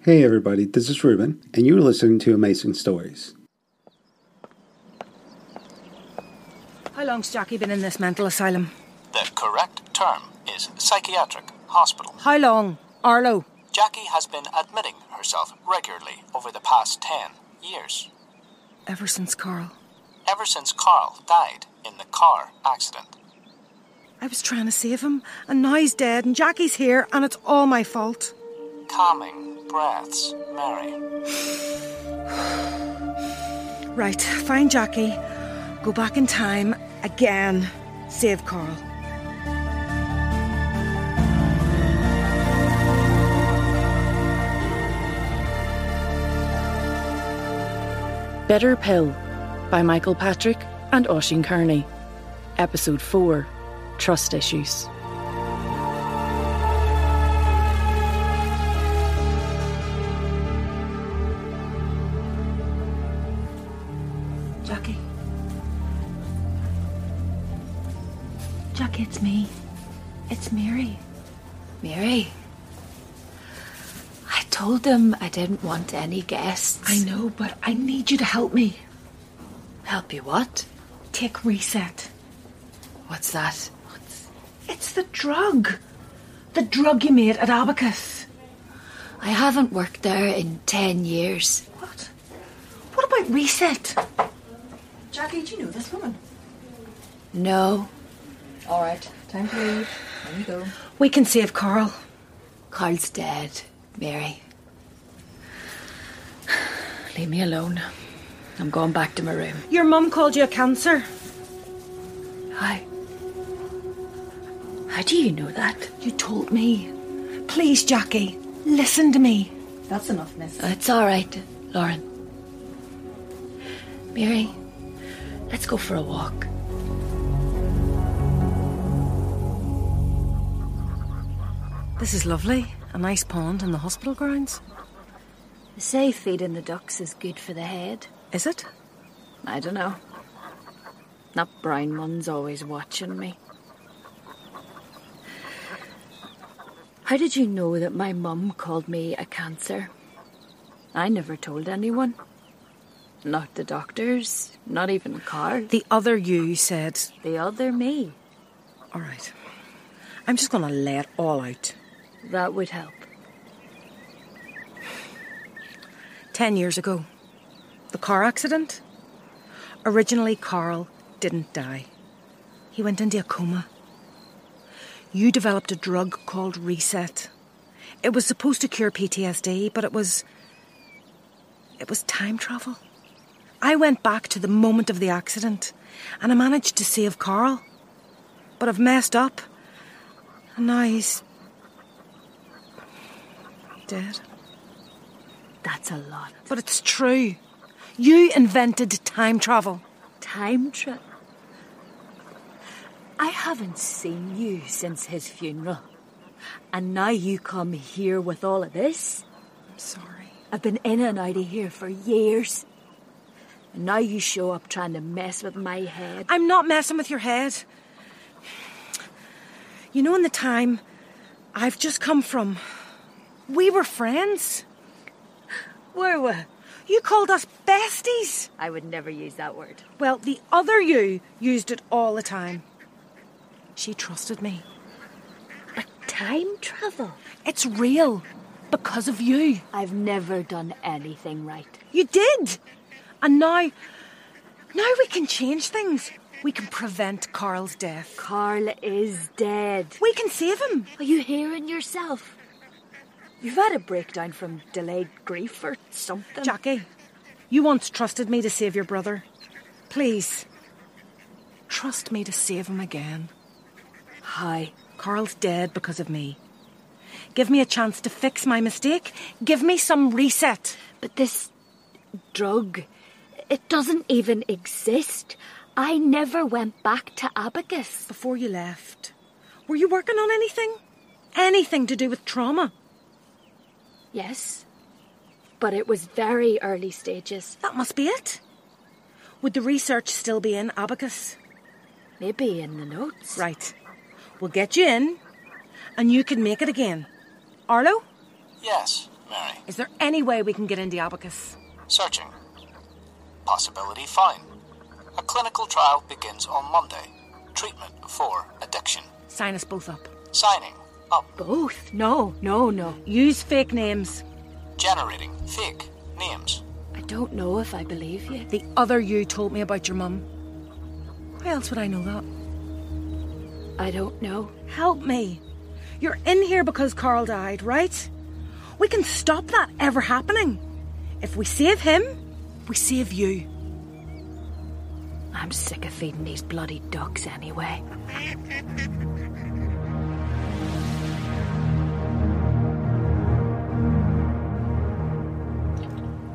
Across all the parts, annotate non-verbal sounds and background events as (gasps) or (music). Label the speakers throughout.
Speaker 1: Hey, everybody, this is Ruben, and you're listening to Amazing Stories.
Speaker 2: How long's Jackie been in this mental asylum?
Speaker 3: The correct term is psychiatric hospital.
Speaker 2: How long? Arlo.
Speaker 3: Jackie has been admitting herself regularly over the past 10 years,
Speaker 2: Ever since Carl.
Speaker 3: ever since Carl died in the car accident.
Speaker 2: I was trying to save him, and now he's dead, and Jackie's here, and it's all my fault.
Speaker 3: Calming breaths, Mary.
Speaker 2: Right, find Jackie, go back in time again, save Carl.
Speaker 4: Bitter Pill by Michael Patrick and Oisin Kearney. Episode 4 Trust Issues.
Speaker 2: Jackie. Jackie, it's me.
Speaker 5: It's Mary. Mary. I told them I didn't want any guests.
Speaker 6: I know, but I need you to help me.
Speaker 5: Help you what?
Speaker 6: Take reset.
Speaker 5: What's that?
Speaker 6: It's the drug. The drug you made at Abacus.
Speaker 5: I haven't worked there in ten years.
Speaker 6: What? What about reset? Jackie, do you know this woman?
Speaker 5: No.
Speaker 6: All right, time to leave. There you go.
Speaker 2: We can save Carl.
Speaker 5: Carl's dead, Mary. (sighs)
Speaker 4: Leave me alone. I'm going back to my room.
Speaker 2: Your mum called you a cancer.
Speaker 5: How? How do you know that?
Speaker 6: You told me.
Speaker 2: Please, Jackie, listen to me.
Speaker 6: That's enough, miss.
Speaker 5: It's all right, Lauren. Mary, let's go for a walk.
Speaker 2: This is lovely. A nice pond in the hospital grounds.
Speaker 5: They say feeding the ducks is good for the head.
Speaker 2: Is it?
Speaker 5: I don't know. That brown one's always watching me. How did you know that my mum called me a cancer? I never told anyone. Not the doctors, not even Carl.
Speaker 2: The other you said,
Speaker 5: The other me.
Speaker 2: all right, I'm just going to lay it all out.
Speaker 5: That would help.
Speaker 2: Ten years ago. The car accident? Originally, Carl didn't die. He went into a coma. You developed a drug called Reset. It was supposed to cure PTSD, but it was. It was time travel. I went back to the moment of the accident, and I managed to save Carl. But I've messed up, and now he's. dead.
Speaker 5: That's a lot.
Speaker 2: But it's true. You invented time travel.
Speaker 5: Time trip. I haven't seen you since his funeral. And now you come here with all of this?
Speaker 2: I'm sorry.
Speaker 5: I've been in and out of here for years. And now you show up trying to mess with my head.
Speaker 2: I'm not messing with your head. You know, in the time I've just come from, we were friends.
Speaker 5: Were we?
Speaker 2: You called us besties.
Speaker 5: I would never use that word.
Speaker 2: Well, the other you used it all the time. She trusted me.
Speaker 5: But time travel?
Speaker 2: It's real because of you.
Speaker 5: I've never done anything right.
Speaker 2: You did. And now, now we can change things. We can prevent Carl's death.
Speaker 5: Carl is dead.
Speaker 2: We can save him.
Speaker 5: Are you hearing yourself? You've had a breakdown from delayed grief or something.
Speaker 2: Jackie, you once trusted me to save your brother. Please, trust me to save him again.
Speaker 5: Hi.
Speaker 2: Carl's dead because of me. Give me a chance to fix my mistake. Give me some reset.
Speaker 5: But this drug, it doesn't even exist. I never went back to Abacus.
Speaker 2: Before you left, were you working on anything? Anything to do with trauma?
Speaker 5: Yes. But it was very early stages.
Speaker 2: That must be it. Would the research still be in Abacus?
Speaker 5: Maybe in the notes.
Speaker 2: Right. We'll get you in, and you can make it again. Arlo?
Speaker 3: Yes, Mary.
Speaker 2: Is there any way we can get into Abacus?
Speaker 3: Searching. Possibility fine. A clinical trial begins on Monday. Treatment for addiction.
Speaker 2: Sign us both up.
Speaker 3: Signing up.
Speaker 5: Both? No, no, no.
Speaker 2: Use fake names.
Speaker 3: Generating fake names.
Speaker 5: I don't know if I believe you.
Speaker 2: The other you told me about your mum. Why else would I know that?
Speaker 5: I don't know.
Speaker 2: Help me. You're in here because Carl died, right? We can stop that ever happening. If we save him, we save you.
Speaker 5: I'm sick of feeding these bloody ducks anyway.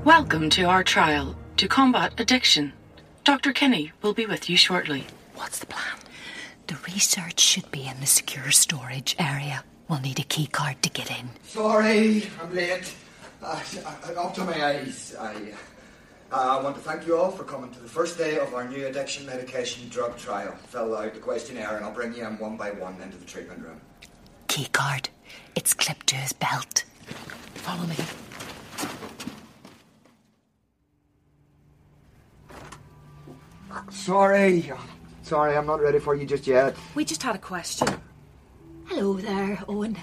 Speaker 7: Welcome to our trial to combat addiction. Dr. Kinney will be with you shortly.
Speaker 8: What's the plan? The research should be in the secure storage area. We'll need a key card to get in.
Speaker 9: Sorry, I'm late. Uh, I- I'm up to my eyes. I, uh, I want to thank you all for coming to the first day of our new addiction medication drug trial. Fill out the questionnaire and I'll bring you in one by one into the treatment room.
Speaker 8: Key card. It's clipped to his belt. Follow me.
Speaker 9: Sorry, sorry, I'm not ready for you just yet.
Speaker 2: We just had a question.
Speaker 5: Hello there, Owen.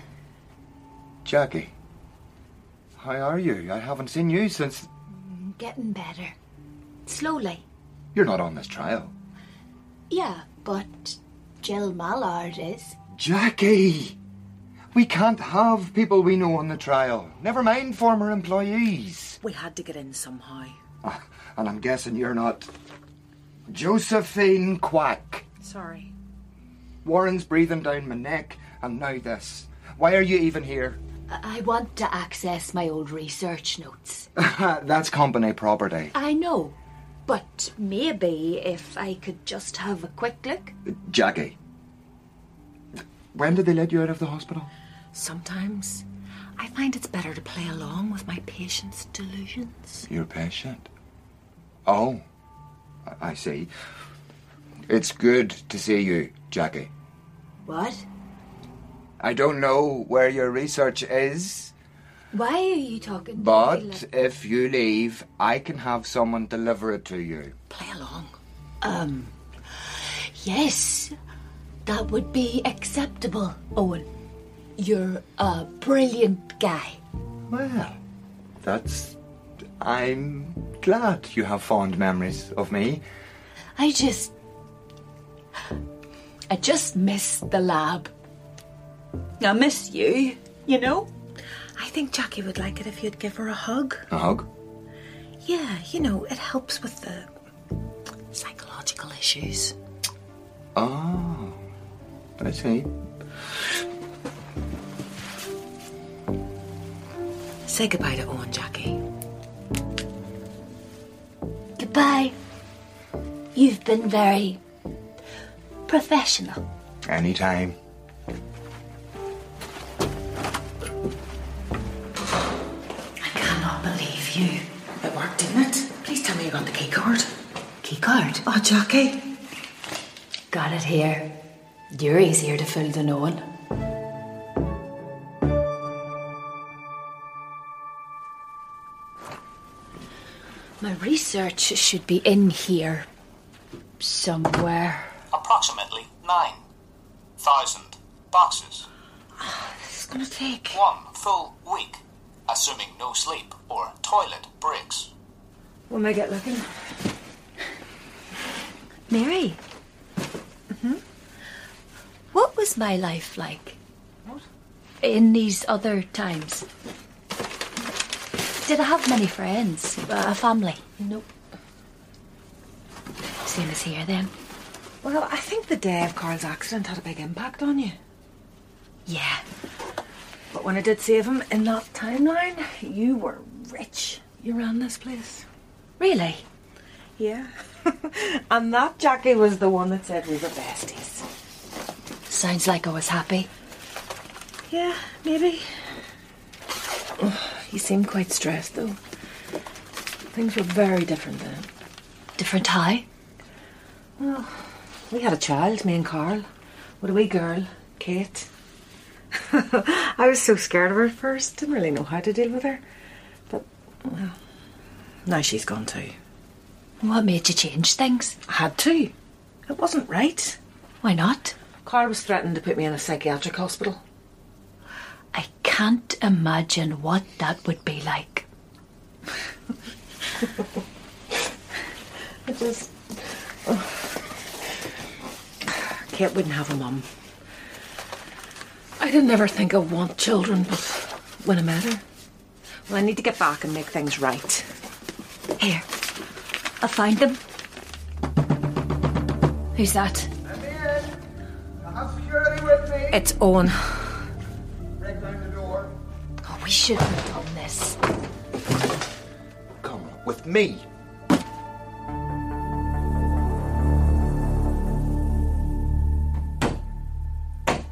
Speaker 9: Jackie, how are you? I haven't seen you since.
Speaker 5: Getting better. Slowly.
Speaker 9: You're not on this trial.
Speaker 5: Yeah, but Jill Mallard is.
Speaker 9: Jackie! We can't have people we know on the trial. Never mind former employees.
Speaker 2: We had to get in somehow.
Speaker 9: Ah, (laughs) and I'm guessing you're not. Josephine Quack.
Speaker 2: Sorry.
Speaker 9: Warren's breathing down my neck, and now this. Why are you even here? (laughs)
Speaker 5: I I want to access my old research notes.
Speaker 9: That's company property.
Speaker 5: I know, but maybe if I could just have a quick look.
Speaker 9: Jackie. When did they let you out of the hospital?
Speaker 8: Sometimes I find it's better to play along with my patient's delusions.
Speaker 9: Your patient. Oh, I- I see. It's good to see you, Jackie.
Speaker 5: What?
Speaker 9: I don't know where your research is,
Speaker 5: Why are you talking? to me
Speaker 9: but
Speaker 5: like-
Speaker 9: if you leave, I can have someone deliver it to you.
Speaker 8: Play along.
Speaker 5: um, yes, that would be acceptable, Owen. You're a brilliant guy.
Speaker 9: Well, that's. I'm glad you have fond memories of me.
Speaker 5: I just, I just miss the lab. I miss you. You know.
Speaker 2: I think Jackie would like it if you'd give her a hug.
Speaker 9: A hug?
Speaker 2: Yeah, you know, it helps with the.
Speaker 8: Psychological issues.
Speaker 9: Oh, I see.
Speaker 8: Say goodbye to Owen, Jackie.
Speaker 5: Goodbye. You've been very professional.
Speaker 9: Anytime.
Speaker 8: I cannot believe you.
Speaker 7: It worked, didn't it? Please tell me you got the key card.
Speaker 8: Key card.
Speaker 2: Oh, Jackie.
Speaker 8: Got it here. You're easier to fool than Owen.
Speaker 5: My research should be in here somewhere.
Speaker 3: Approximately 9,000 boxes.
Speaker 2: This is gonna take.
Speaker 3: One full week, assuming no sleep or toilet breaks.
Speaker 2: When we get looking.
Speaker 5: Mary. Mm-hmm. What was my life like? In these other times? Did I have many friends? A family? Nope. Same as here then?
Speaker 2: Well, I think the day of Carl's accident had a big impact on you.
Speaker 5: Yeah.
Speaker 2: But when I did save him in that timeline, you were rich. You ran this place.
Speaker 5: Really?
Speaker 2: Yeah. (laughs) and that Jackie was the one that said we were besties.
Speaker 5: Sounds like I was happy.
Speaker 2: Yeah, maybe. (sighs) you seem quite stressed though. Things were very different then.
Speaker 5: Different how?
Speaker 2: Well, we had a child, me and Carl, with a wee girl, Kate.
Speaker 10: I was so scared of her at first, didn't really know how to deal with her. But, well, now she's gone too.
Speaker 5: What made you change things?
Speaker 10: I had to. It wasn't right.
Speaker 5: Why not?
Speaker 10: Carl was threatening to put me in a psychiatric hospital.
Speaker 5: I can't imagine what that would be like.
Speaker 10: (laughs) I just. oh. Kate wouldn't have a mum. I didn't ever think I'd want children, but when I met her. Well, I need to get back and make things right.
Speaker 5: Here, I found them. Who's that?
Speaker 9: I'm in. I have security with me.
Speaker 2: It's Owen.
Speaker 9: Break down the door.
Speaker 5: Oh, we shouldn't have done this.
Speaker 9: Come with me.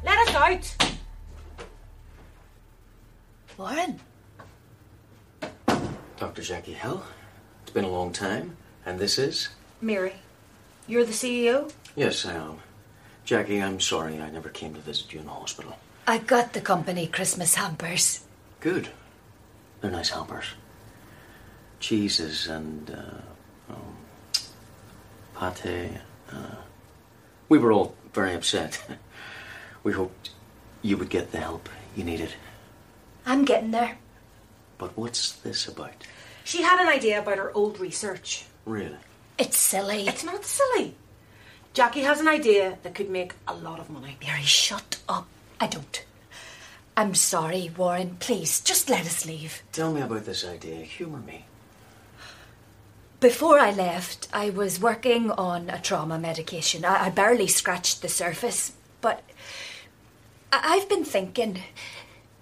Speaker 10: Let us out!
Speaker 5: Warren,
Speaker 11: Dr. Jackie Hill. It's been a long time, and this is?
Speaker 2: Mary, you're the E CEO?
Speaker 11: Yes, I am. Jackie, I'm sorry I never came to visit you in the hospital.
Speaker 5: I got the company Christmas hampers.
Speaker 11: Good. They're nice hampers. Cheeses and uh, um, pate. Uh, we were all very upset. (laughs) we hoped you would get the help you needed.
Speaker 5: I'm getting there.
Speaker 11: But what's this about?
Speaker 2: She had an idea about her old research.
Speaker 11: Really?
Speaker 5: It's silly.
Speaker 2: It's not silly. Jackie has an idea that could make a lot of money.
Speaker 5: Mary, shut up. I don't. I'm sorry, Warren. Please, just let us leave.
Speaker 11: Tell me about this idea. Humor me.
Speaker 5: Before I left, I was working on a trauma medication. I, I barely scratched the surface, but I- I've been thinking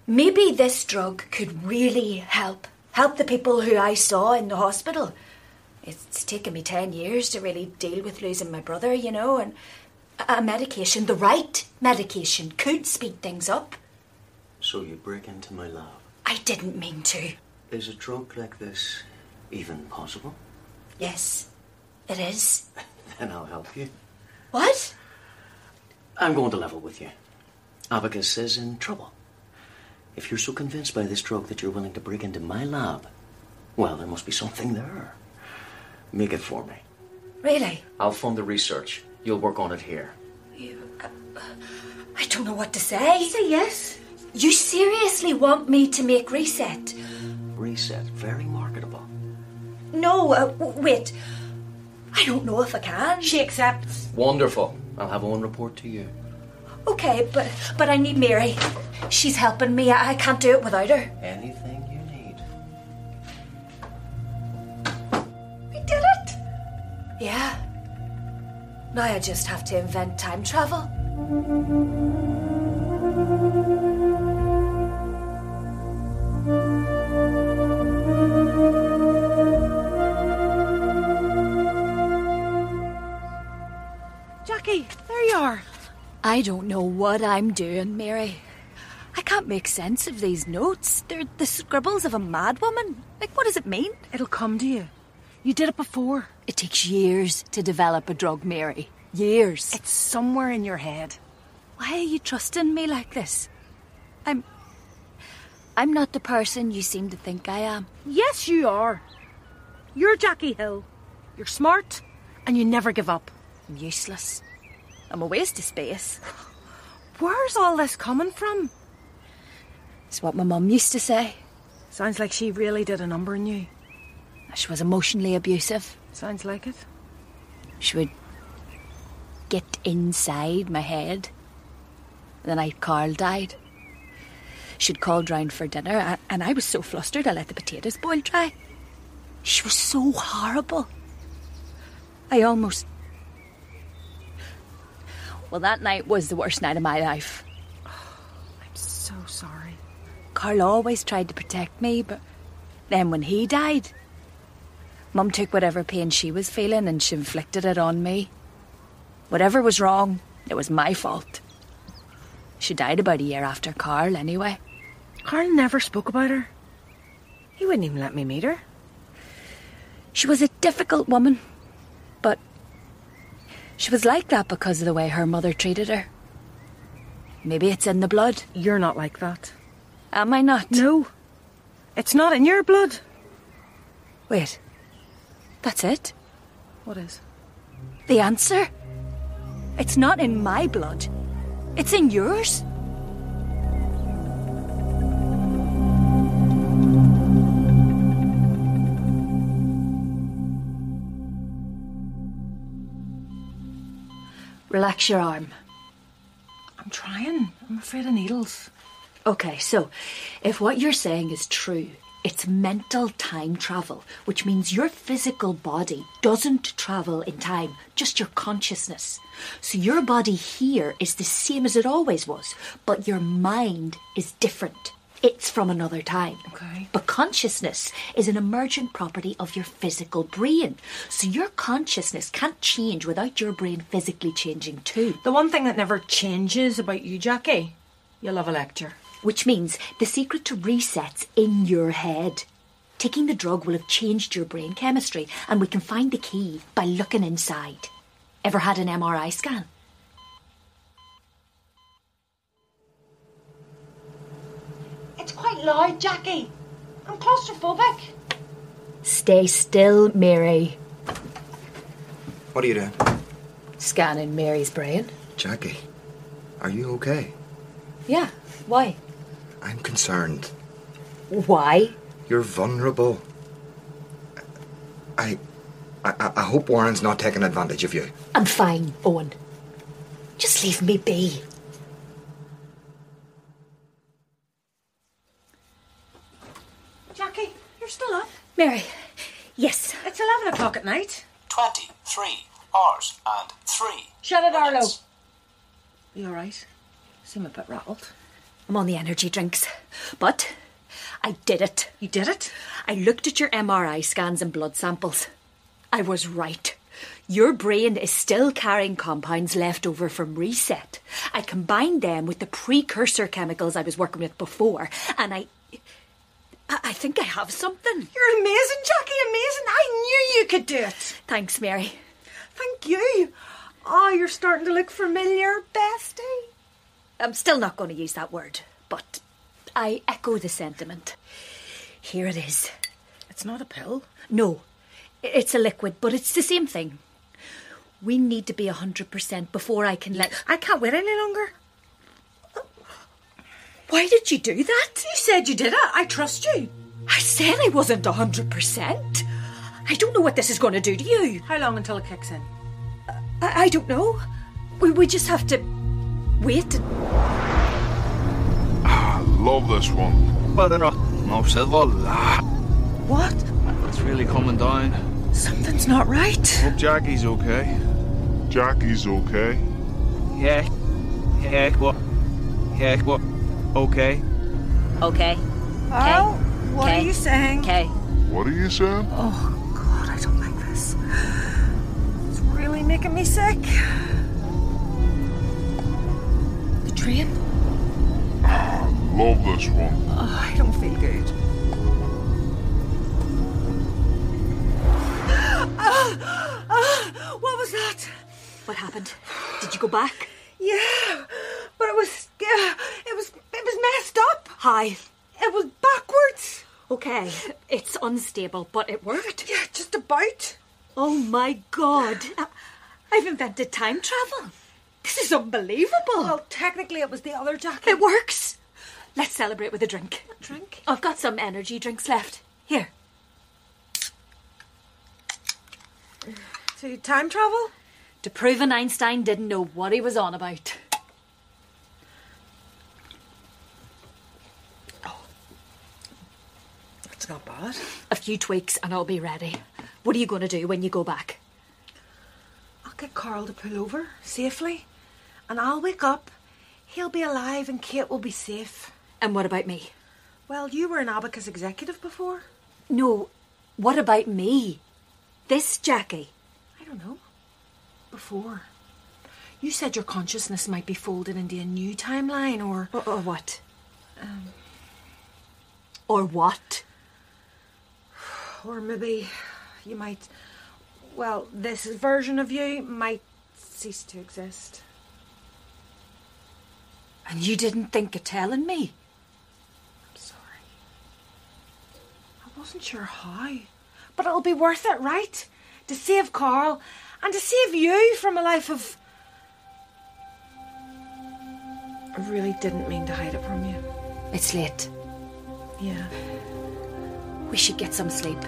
Speaker 5: maybe this drug could really help. Help the people who I saw in the hospital. It's taken me 10 years to really deal with losing my brother, you know, and a a medication, the right medication, could speed things up.
Speaker 11: So you break into my lab.
Speaker 5: I didn't mean to.
Speaker 11: Is a drug like this even possible? (laughs)
Speaker 5: Yes, it is.
Speaker 11: Then I'll help you.
Speaker 5: What?
Speaker 11: I'm going to level with you. Abacus is in trouble. If you're so convinced by this drug that you're willing to break into my lab, well, there must be something there. Make it for me.
Speaker 5: Really?
Speaker 11: I'll fund the research. You'll work on it here.
Speaker 5: I don't know what to say. Say yes. You seriously want me to make reset?
Speaker 11: Reset. Very marketable.
Speaker 5: No, uh, w- wait. I don't know if I can.
Speaker 10: She accepts.
Speaker 11: Wonderful. I'll have one report to you.
Speaker 5: Okay, but but I need Mary. She's helping me. I, I can't do it without her.
Speaker 11: Anything you need.
Speaker 5: We did it. Yeah. Now I just have to invent time travel.
Speaker 2: Jackie, there you are.
Speaker 5: I don't know what I'm doing, Mary. I can't make sense of these notes. They're the scribbles of a madwoman. Like, what does it mean?
Speaker 2: It'll come to you. You did it before.
Speaker 5: It takes years to develop a drug, Mary. Years.
Speaker 2: It's somewhere in your head.
Speaker 5: Why are you trusting me like this? I'm. I'm not the person you seem to think I am.
Speaker 2: Yes, you are. You're Jackie Hill. You're smart and you never give up.
Speaker 5: I'm useless. I'm a waste of space.
Speaker 2: Where's all this coming from?
Speaker 5: It's what my mum used to say.
Speaker 2: Sounds like she really did a number on you.
Speaker 5: She was emotionally abusive.
Speaker 2: Sounds like it.
Speaker 5: She would get inside my head. The night Carl died, she'd called round for dinner, a- and I was so flustered I let the potatoes boil dry. She was so horrible. I almost. Well, that night was the worst night of my life.
Speaker 2: (sighs) I'm so sorry.
Speaker 5: Carl always tried to protect me, but then when he died, Mum took whatever pain she was feeling and she inflicted it on me. Whatever was wrong, it was my fault. She died about a year after Carl, anyway.
Speaker 2: Carl never spoke about her. He wouldn't even let me meet her.
Speaker 5: She was a difficult woman, but she was like that because of the way her mother treated her. Maybe it's in the blood.
Speaker 2: You're not like that.
Speaker 5: Am I not?
Speaker 2: No. It's not in your blood.
Speaker 5: Wait. That's it?
Speaker 2: What is?
Speaker 5: The answer? It's not in my blood. It's in yours? Relax your arm.
Speaker 2: I'm trying. I'm afraid of needles.
Speaker 5: Okay, so if what you're saying is true, it's mental time travel, which means your physical body doesn't travel in time, just your consciousness. So your body here is the same as it always was, but your mind is different. It's from another time.
Speaker 2: Okay.
Speaker 5: But consciousness is an emergent property of your physical brain. So your consciousness can't change without your brain physically changing too.
Speaker 2: The one thing that never changes about you, Jackie, you love a lecture.
Speaker 5: Which means the secret to resets in your head. Taking the drug will have changed your brain chemistry, and we can find the key by looking inside. Ever had an MRI scan?
Speaker 12: It's quite loud, Jackie. I'm claustrophobic.
Speaker 5: Stay still, Mary.
Speaker 9: What are you doing?
Speaker 5: Scanning Mary's brain.
Speaker 9: Jackie, are you okay?
Speaker 5: Yeah, why?
Speaker 9: I'm concerned.
Speaker 5: Why?
Speaker 9: You're vulnerable. I, I, I hope Warren's not taking advantage of you.
Speaker 5: I'm fine, Owen. Just leave me be.
Speaker 2: Jackie, you're still up.
Speaker 5: Mary, yes.
Speaker 2: It's 11 o'clock at night.
Speaker 3: 23 hours and 3.
Speaker 2: Shut it, Arlo. You alright? Seem a bit rattled.
Speaker 5: I'm on the energy drinks. But I did it.
Speaker 2: You did it?
Speaker 5: I looked at your MRI scans and blood samples. I was right. Your brain is still carrying compounds left over from reset. I combined them with the precursor chemicals I was working with before, and I. I I think I have something.
Speaker 2: You're amazing, Jackie, amazing. I knew you could do it.
Speaker 5: Thanks, Mary.
Speaker 2: Thank you. Oh, you're starting to look familiar, bestie.
Speaker 5: I'm still not going to use that word, but I echo the sentiment. Here it is.
Speaker 2: It's not a pill.
Speaker 5: No, i- it's a liquid, but it's the same thing. We need to be 100% before I can let.
Speaker 2: I can't wait any longer.
Speaker 5: Why did you do that?
Speaker 2: You said you did it. I trust you.
Speaker 5: I said I wasn't 100%. I don't know what this is going to do to you.
Speaker 2: How long until it kicks in?
Speaker 5: I, I don't know. We, we just have to wait.
Speaker 13: I Ah, love this one.
Speaker 14: But enough. No silver.
Speaker 2: What?
Speaker 14: It's really coming down.
Speaker 2: Something's not right.
Speaker 13: Hope Jackie's okay. Jackie's okay.
Speaker 14: Yeah. Yeah. What? Yeah. What? Okay.
Speaker 5: Okay.
Speaker 2: Oh, what are you saying?
Speaker 5: Okay.
Speaker 13: What are you saying?
Speaker 2: Oh, God, I don't like this. It's really making me sick. The train?
Speaker 13: I love this one.
Speaker 2: Oh, I don't feel good. Ah, ah, what was that?
Speaker 5: What happened? Did you go back?
Speaker 2: Yeah, but it was, yeah, it was, it was messed up.
Speaker 5: Hi.
Speaker 2: It was backwards.
Speaker 5: Okay. It's unstable, but it worked.
Speaker 2: Yeah, just about.
Speaker 5: Oh my god. I- I've invented time travel. This is unbelievable.
Speaker 2: Well, technically, it was the other jacket.
Speaker 5: It works. Let's celebrate with a drink.
Speaker 2: Drink.
Speaker 5: I've got some energy drinks left. Here.
Speaker 2: So time travel?
Speaker 5: To prove an Einstein didn't know what he was on about.
Speaker 2: It's not bad.
Speaker 5: A few tweaks and I'll be ready. What are you going to do when you go back?
Speaker 2: I'll get Carl to pull over safely, and I'll wake up. He'll be alive, and Kate will be safe.
Speaker 5: And what about me?
Speaker 2: Well, you were an Abacus executive before.
Speaker 5: No, what about me? This Jackie.
Speaker 2: I don't know. Before. You said your consciousness might be folded into a new timeline, or
Speaker 5: Or, or what? Um. or what?
Speaker 2: or maybe you might. Well, this version of you might cease to exist.
Speaker 5: And you didn't think of telling me? I'm sorry.
Speaker 2: I wasn't sure how, but it'll be worth it, right? To save Carl and to save you from a life of. I really didn't mean to hide it from you.
Speaker 5: It's late.
Speaker 2: Yeah.
Speaker 5: We should get some sleep.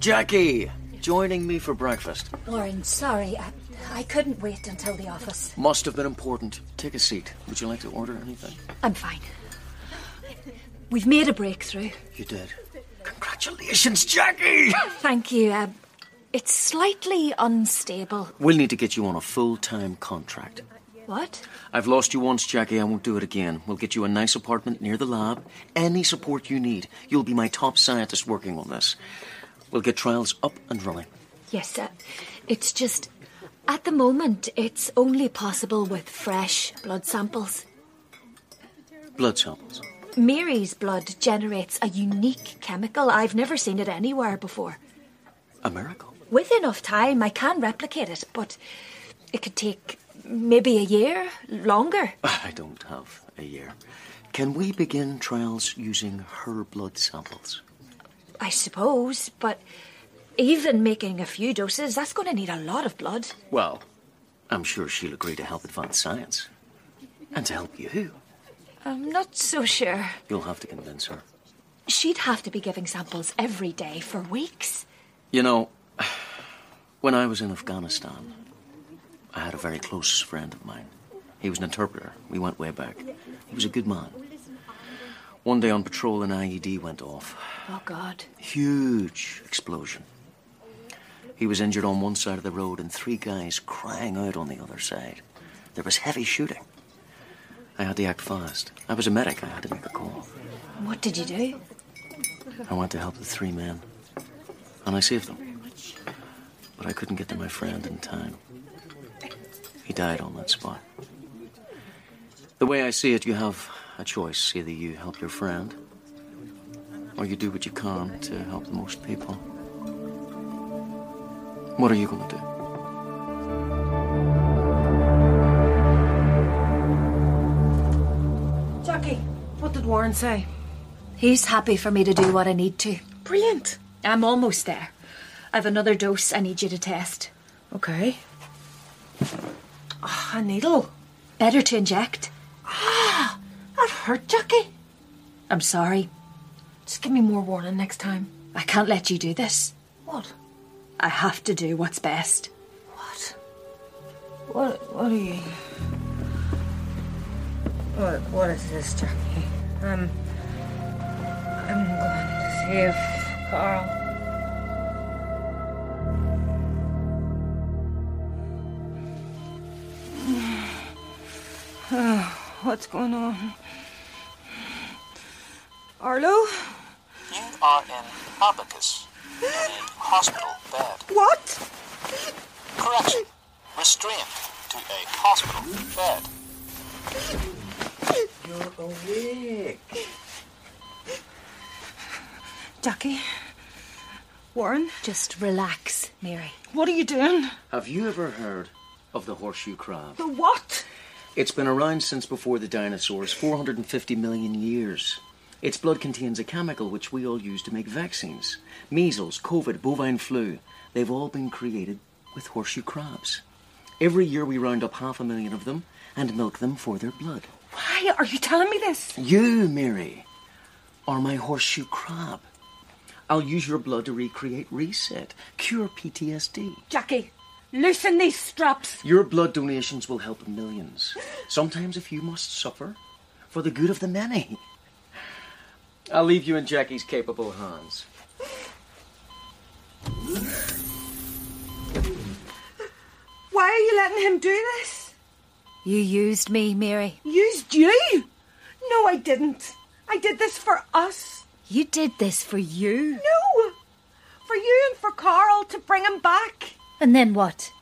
Speaker 11: Jackie, joining me for breakfast.
Speaker 8: Warren, sorry. I, I couldn't wait until the office.
Speaker 11: Must have been important. Take a seat. Would you like to order anything?
Speaker 8: I'm fine. We've made a breakthrough.
Speaker 11: You did. Congratulations, Jackie!
Speaker 8: Thank you. Um, it's slightly unstable.
Speaker 11: We'll need to get you on a full time contract.
Speaker 8: What?
Speaker 11: I've lost you once, Jackie. I won't do it again. We'll get you a nice apartment near the lab. Any support you need. You'll be my top scientist working on this. We'll get trials up and running.
Speaker 8: Yes, uh, it's just at the moment it's only possible with fresh blood samples.
Speaker 11: Blood samples.
Speaker 8: Mary's blood generates a unique chemical. I've never seen it anywhere before.
Speaker 11: A miracle.
Speaker 8: With enough time, I can replicate it, but it could take maybe a year longer.
Speaker 11: (laughs) I don't have a year. Can we begin trials using her blood samples?
Speaker 8: I suppose, but even making a few doses, that's going to need a lot of blood.
Speaker 11: Well, I'm sure she'll agree to help advance science. And to help you.
Speaker 8: I'm not so sure.
Speaker 11: You'll have to convince her.
Speaker 8: She'd have to be giving samples every day for weeks.
Speaker 11: You know, when I was in Afghanistan, I had a very close friend of mine. He was an interpreter. We went way back. He was a good man. One day on patrol, an IED went off.
Speaker 8: Oh, God.
Speaker 11: Huge explosion. He was injured on one side of the road and three guys crying out on the other side. There was heavy shooting. I had to act fast. I was a medic. I had to make a call.
Speaker 8: What did you do?
Speaker 11: I went to help the three men. And I saved them. But I couldn't get to my friend in time. He died on that spot. The way I see it, you have a choice. Either you help your friend, or you do what you can to help the most people. What are you going to do?
Speaker 2: Jackie, what did Warren say?
Speaker 5: He's happy for me to do what I need to.
Speaker 2: Brilliant.
Speaker 5: I'm almost there. I've another dose I need you to test.
Speaker 2: Okay. Ah, a needle.
Speaker 5: Better to
Speaker 8: (gasps)
Speaker 5: inject.
Speaker 2: Ah, that hurt, Jackie.
Speaker 5: I'm sorry.
Speaker 2: Just give me more warning next time.
Speaker 5: I can't let you do this.
Speaker 2: What?
Speaker 5: I have to do what's best.
Speaker 2: What? What? What are you? What? What is this, Jackie? Um, I'm going to save Carl. (sighs) Oh, what's going on? Arlo?
Speaker 3: You are in Abacus, in a hospital bed.
Speaker 2: What?
Speaker 3: Correction. Restrained to a hospital bed.
Speaker 9: You're awake.
Speaker 2: Jackie? Warren?
Speaker 5: Just relax, Mary.
Speaker 2: What are you doing?
Speaker 11: Have you ever heard of the horseshoe crab?
Speaker 2: The what?
Speaker 11: It's been around since before the dinosaurs, 450 million years. Its blood contains a chemical which we all use to make vaccines. Measles, COVID, bovine flu, they've all been created with horseshoe crabs. Every year we round up half a million of them and milk them for their blood.
Speaker 2: Why are you telling me this?
Speaker 11: You, Mary, are my horseshoe crab. I'll use your blood to recreate reset, cure PTSD.
Speaker 2: Jackie, loosen these straps.
Speaker 11: Your blood donations will help millions. Sometimes if you must suffer, for the good of the many. I'll leave you in Jackie's capable hands.
Speaker 2: Why are you letting him do this?
Speaker 5: You used me, Mary.
Speaker 2: Used you? No, I didn't. I did this for us.
Speaker 5: You did this for you.
Speaker 2: No! For you and for Carl to bring him back.
Speaker 5: And then what?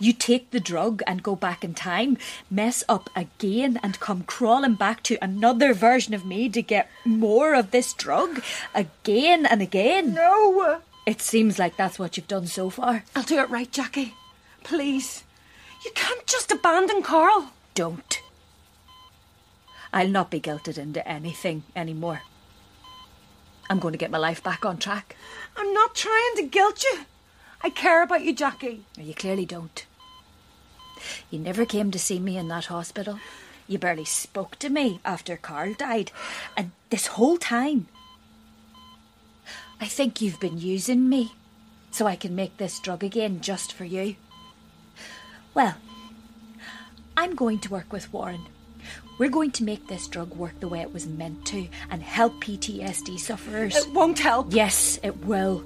Speaker 5: You take the drug and go back in time, mess up again, and come crawling back to another version of me to get more of this drug again and again.
Speaker 2: No!
Speaker 5: It seems like that's what you've done so far.
Speaker 2: I'll do it right, Jackie. Please. You can't just abandon Carl.
Speaker 5: Don't. I'll not be guilted into anything anymore. I'm going to get my life back on track.
Speaker 2: I'm not trying to guilt you. I care about you, Jackie.
Speaker 5: You clearly don't. You never came to see me in that hospital. You barely spoke to me after Carl died. And this whole time, I think you've been using me so I can make this drug again just for you. Well, I'm going to work with Warren. We're going to make this drug work the way it was meant to and help PTSD sufferers.
Speaker 2: It won't help.
Speaker 5: Yes, it will.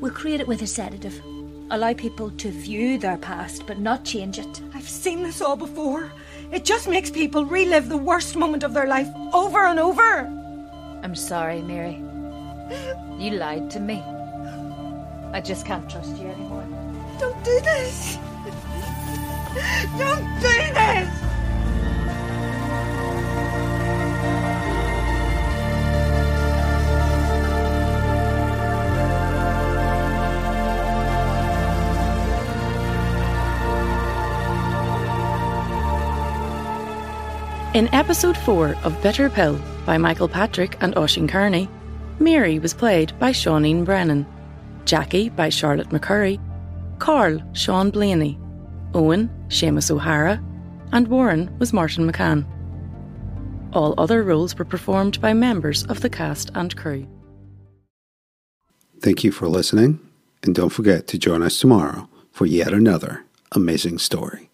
Speaker 5: We'll create it with a sedative. Allow people to view their past but not change it.
Speaker 2: I've seen this all before. It just makes people relive the worst moment of their life over and over.
Speaker 5: I'm sorry, Mary. You lied to me. I just can't trust you anymore.
Speaker 2: Don't do this! (laughs) Don't do this!
Speaker 10: In episode 4 of Bitter Pill by Michael Patrick and Oisin Kearney, Mary was played by Shauneen Brennan, Jackie by Charlotte McCurry, Carl Sean Blaney, Owen Seamus O'Hara, and Warren was Martin McCann. All other roles were performed by members of the cast and crew.
Speaker 1: Thank you for listening, and don't forget to join us tomorrow for yet another amazing story.